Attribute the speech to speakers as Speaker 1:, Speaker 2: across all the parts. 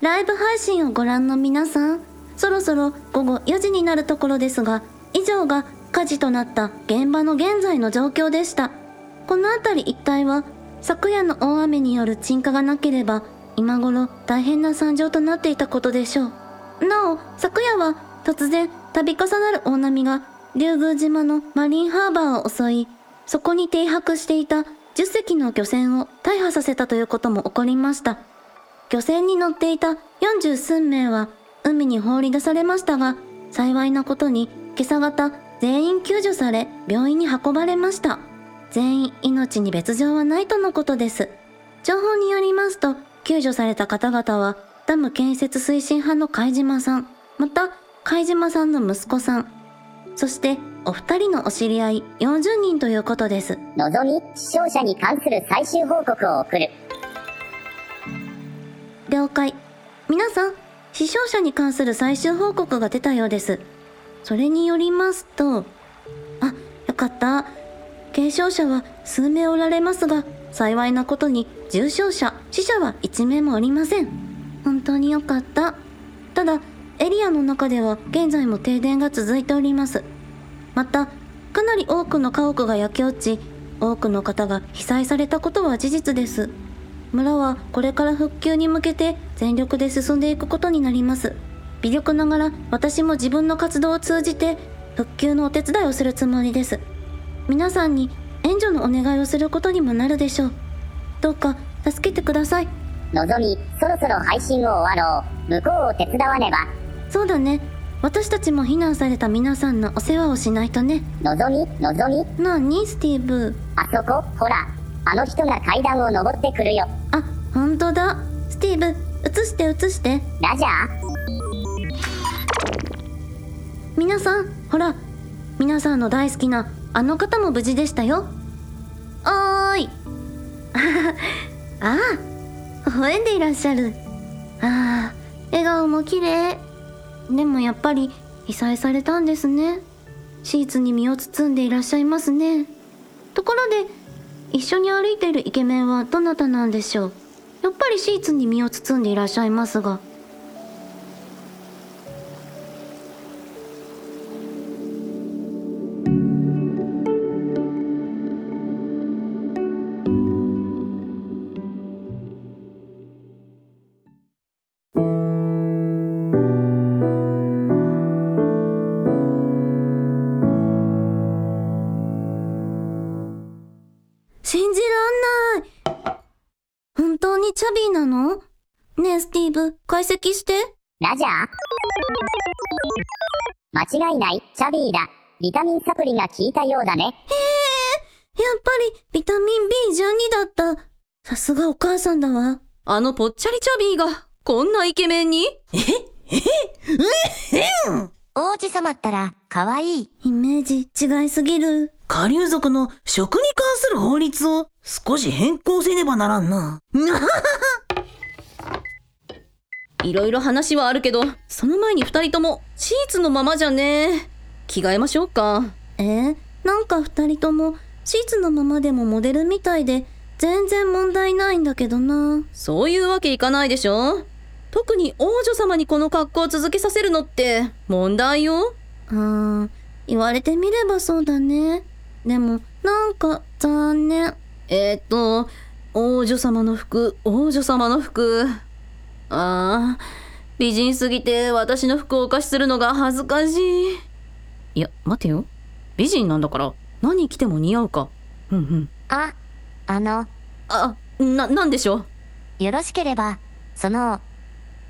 Speaker 1: ライブ配信をご覧の皆さん、そろそろ午後4時になるところですが、以上が火事となった現場の現在の状況でした。この辺り一帯は、昨夜の大雨による沈下がなければ、今頃大変な惨状となっていたことでしょう。なお、昨夜は突然度重なる大波が、竜宮島のマリンハーバーを襲い、そこに停泊していた10隻の漁船を大破させたということも起こりました。漁船に乗っていた40数名は海に放り出されましたが、幸いなことに今朝方全員救助され病院に運ばれました。全員命に別状はないとのことです。情報によりますと、救助された方々はダム建設推進派の貝島さん、また貝島さんの息子さん、そしてお二人のお知り合い40人ということです。
Speaker 2: のぞみ、死傷者に関する最終報告を送る。
Speaker 1: 了解。皆さん、死傷者に関する最終報告が出たようです。それによりますと、あ、よかった。軽傷者は数名おられますが、幸いなことに重傷者、死者は1名もおりません。本当によかった。ただ、エリアの中では現在も停電が続いております。また、かなり多くの家屋が焼け落ち、多くの方が被災されたことは事実です。村はこれから復旧に向けて全力で進んでいくことになります微力ながら私も自分の活動を通じて復旧のお手伝いをするつもりです皆さんに援助のお願いをすることにもなるでしょうどうか助けてください
Speaker 2: のぞみ、そろそろ配信を終わろう。向こうを手伝わねば。
Speaker 1: そうだね私たちも避難された皆さんのお世話をしないとね
Speaker 2: のぞみ、のぞみ、
Speaker 1: なあにスティーブ
Speaker 2: あそこ、ほら。あの人が階段を登ってくるよ。
Speaker 1: あ本当だスティーブ映して映して
Speaker 2: ラジャー
Speaker 1: 皆さんほら皆さんの大好きなあの方も無事でしたよおーい ああ微笑んでいらっしゃるああ笑顔も綺麗でもやっぱり被災されたんですねシーツに身を包んでいらっしゃいますねところで一緒に歩いているイケメンはどなたなんでしょうやっぱりシーツに身を包んでいらっしゃいますが信じらんない。本当にチャビーなのねえ、スティーブ、解析して。
Speaker 2: ラジャー間違いない、チャビーだ。ビタミンサプリが効いたようだね。
Speaker 1: やっぱり、ビタミン B12 だった。さすがお母さんだわ。
Speaker 3: あのぽっちゃりチャビーが、こんなイケメンに
Speaker 4: 王子様ったら、可愛い。
Speaker 1: イメージ違いすぎる。
Speaker 5: 下流族の食に関する法律を少し変更せねばならんな。
Speaker 3: いろいろ話はあるけど、その前に二人とも、シーツのままじゃね着替えましょうか。
Speaker 1: えー、なんか二人とも、シーツのままでもモデルみたいで、全然問題ないんだけどな。
Speaker 3: そういうわけいかないでしょ特に王女様にこの格好を続けさせるのって、問題よ。
Speaker 1: うーん、言われてみればそうだね。でも、なんか残念。
Speaker 3: えーっと、王女様の服、王女様の服。ああ、美人すぎて私の服をお貸しするのが恥ずかしい。いや、待てよ。美人なんだから、何着ても似合うか。うんうん。
Speaker 4: あ、あの、
Speaker 3: あ、な、なんでしょう。
Speaker 4: よろしければ、その、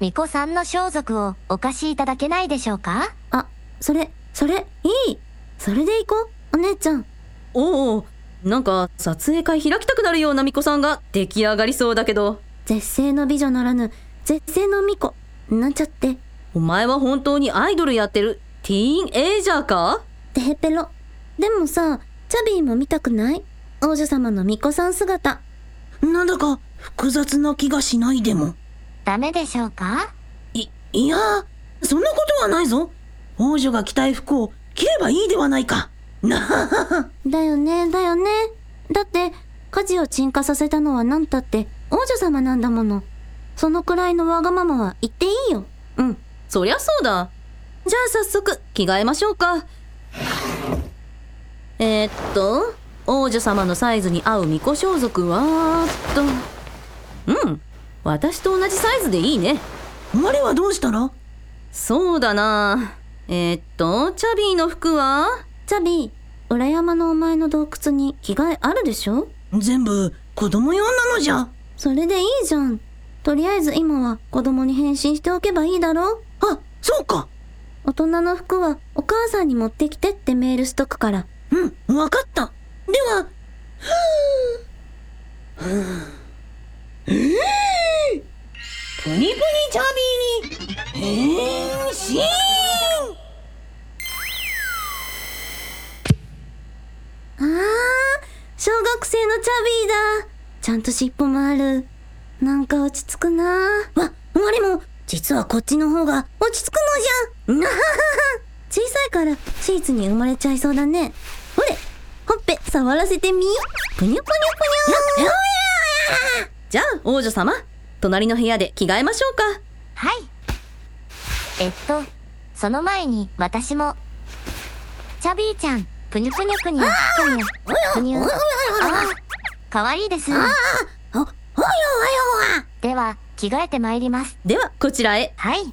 Speaker 4: 巫女さんの装束をお貸しいただけないでしょうか
Speaker 1: あ、それ、それ、いいそれで行こう、お姉ちゃん。
Speaker 3: おうおう、なんか撮影会開きたくなるような巫女さんが出来上がりそうだけど、
Speaker 1: 絶世の美女ならぬ、絶世の巫女。なんちゃって、
Speaker 3: お前は本当にアイドルやってるティーンエイジャーか
Speaker 1: てへぺろ。でもさ、チャビーも見たくない王女様の巫女さん姿。
Speaker 5: なんだか複雑な気がしないでも。
Speaker 4: ダメでしょうか
Speaker 5: い、いやそんなことはないぞ。王女が着たい服を着ればいいではないか。なははは。
Speaker 1: だよね、だよね。だって、火事を鎮火させたのは何たって王女様なんだもの。そのくらいのわがままは言っていいよ。
Speaker 3: うん、そりゃそうだ。じゃあ早速、着替えましょうか。えーっと、王女様のサイズに合う巫女装束は、っと。うん、私と同じサイズでいいね。
Speaker 5: 我はどうしたら
Speaker 3: そうだな。えーっと、チャビーの服は
Speaker 1: チャビー、裏山のお前の洞窟に着替えあるでしょ
Speaker 5: 全部子供用なのじゃ。
Speaker 1: それでいいじゃん。とりあえず今は子供に変身しておけばいいだろ
Speaker 5: あ、そうか。
Speaker 1: 大人の服はお母さんに持ってきてってメールしとくから。
Speaker 5: うん、わかった。では、ふぅ。ふぅ。えぇープニプニチャビーに変身
Speaker 1: あー、小学生のチャビーだ。ちゃんと尻尾もある。なんか落ち着くなわ、我も、実はこっちの方が落ち着くのじゃん。 なはははは。小さいからシーツに埋もれちゃいそうだね。ほれ、ほっぺ触らせてみ。ぷにゅぷにゅぷにゅ。
Speaker 3: じゃあ、王女様、隣の部屋で着替えましょうか。
Speaker 4: はい。えっと、その前に私も。チャビーちゃん、ぷにゅぷにゅぷにゅ、ぷにゅ、ぷにゅ。ああ、かわいいです。ああ、ほ、ほよほよでは、着替えてまいります。
Speaker 3: では、こちらへ。
Speaker 4: はい。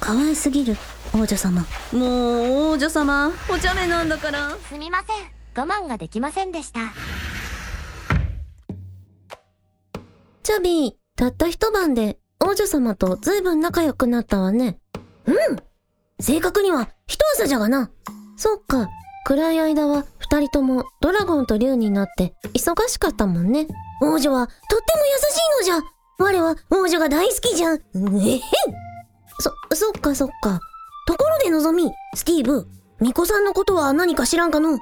Speaker 1: かわいすぎる、王女様。
Speaker 3: もう、王女様、お茶目なんだから。
Speaker 4: すみません。我慢ができませんでした。
Speaker 1: チャビー、たった一晩で王女様と随分仲良くなったわね。うん。正確には一朝じゃがな。そっか。暗い間は二人ともドラゴンと竜になって忙しかったもんね。王女はとっても優しいのじゃ。我は王女が大好きじゃん。うえへん。そ、そっかそっか。ところでのぞみ、スティーブ、巫女さんのことは何か知らんかの王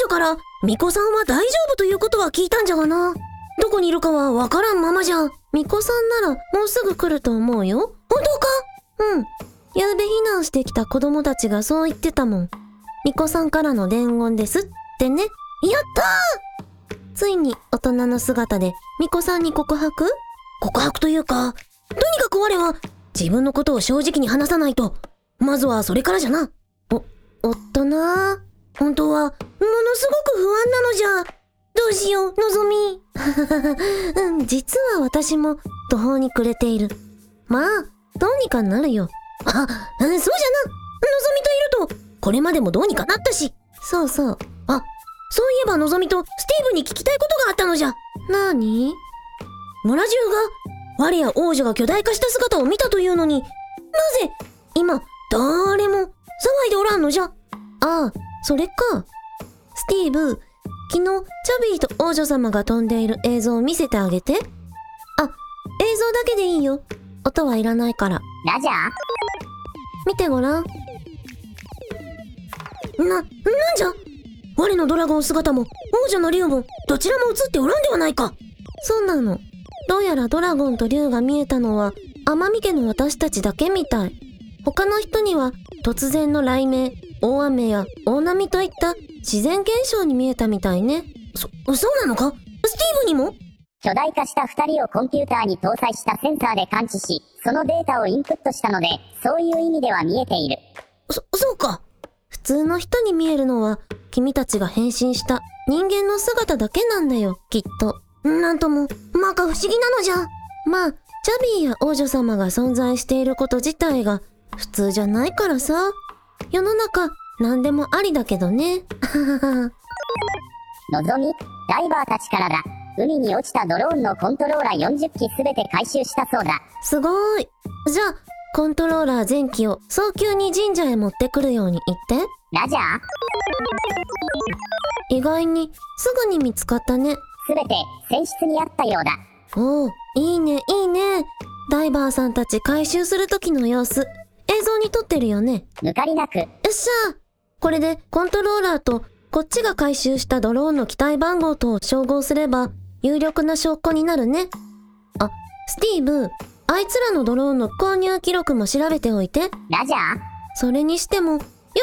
Speaker 1: 女から巫女さんは大丈夫ということは聞いたんじゃがな。どこにいるかはわからんままじゃ。巫女さんならもうすぐ来ると思うよ。本当かうん。昨べ避難してきた子供たちがそう言ってたもん。巫女さんからの伝言ですってね。やったーついに大人の姿で巫女さんに告白告白というか、とにかく我は自分のことを正直に話さないと。まずはそれからじゃな。お、おっとなー本当はものすごく不安なのじゃ。どうしよう、のぞみ。 うん、実は私も途方に暮れている。まあ、どうにかなるよ。あ、うん、そうじゃな。のぞみといると、これまでもどうにかなったし。そうそう。あ、そういえばのぞみとスティーブに聞きたいことがあったのじゃ。なーに村中が、我や王女が巨大化した姿を見たというのに、なぜ、今、誰も騒いでおらんのじゃ。ああ、それか。スティーブ、昨日、チャビーと王女様が飛んでいる映像を見せてあげて。あ、映像だけでいいよ。音はいらないから。
Speaker 2: ラジャー
Speaker 1: 見てごらん。な、なんじゃ我のドラゴン姿も、王女の竜も、どちらも映っておらんではないかそうなの。どうやらドラゴンと竜が見えたのは、天海家の私たちだけみたい。他の人には、突然の雷鳴、大雨や大波といった自然現象に見えたみたいね。そ、そうなのかスティーブにも
Speaker 2: 巨大化した2人をコンピューターに搭載したセンサーで感知し、そのデータをインプットしたので、そういう意味では見えている。
Speaker 1: そ、そうか。普通の人に見えるのは、君たちが変身した人間の姿だけなんだよ、きっと。なんとも、まか不思議なのじゃ。まあ、チャビーや王女様が存在していること自体が普通じゃないからさ。世の中、何でもありだけどね。
Speaker 2: のぞみ、ダイバーたちからだ。海に落ちたドローンのコントローラー40機すべて回収したそうだ。
Speaker 1: すごーい。じゃあ、コントローラー全機を早急に神社へ持ってくるように言って。
Speaker 2: ラジャー
Speaker 1: 意外に、すぐに見つかったね。
Speaker 2: すべて船室にあったようだ。
Speaker 1: おお、いいね、いいね。ダイバーさんたち回収する時の様子、映像に撮ってるよね。よ
Speaker 2: 抜かりなく、
Speaker 1: っしゃーこれでコントローラーと、こっちが回収したドローンの機体番号と照合すれば、有力な証拠になるね。あ、スティーブ、あいつらのドローンの購入記録も調べておいて。
Speaker 2: ラジャー
Speaker 1: それにしても、よ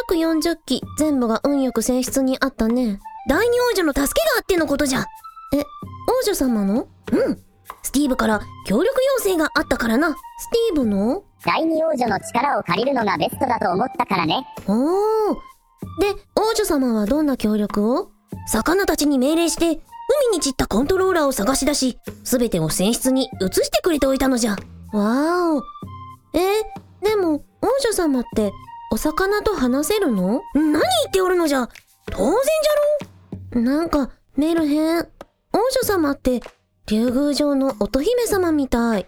Speaker 1: く40機全部が運よく選出にあったね。第二王女の助けがあってのことじゃ。え、王女様のうん。スティーブから協力要請があったからな。スティーブの
Speaker 2: 第二王女の力を借りるのがベストだと思ったからね。
Speaker 1: おー。で、王女様はどんな協力を魚たちに命令して、海に散ったコントローラーを探し出し、すべてを船室に移してくれておいたのじゃ。わーお。えーでも、王女様って、お魚と話せるの何言っておるのじゃ当然じゃろなんか、メルヘン。王女様って、竜宮城の乙姫様みたい。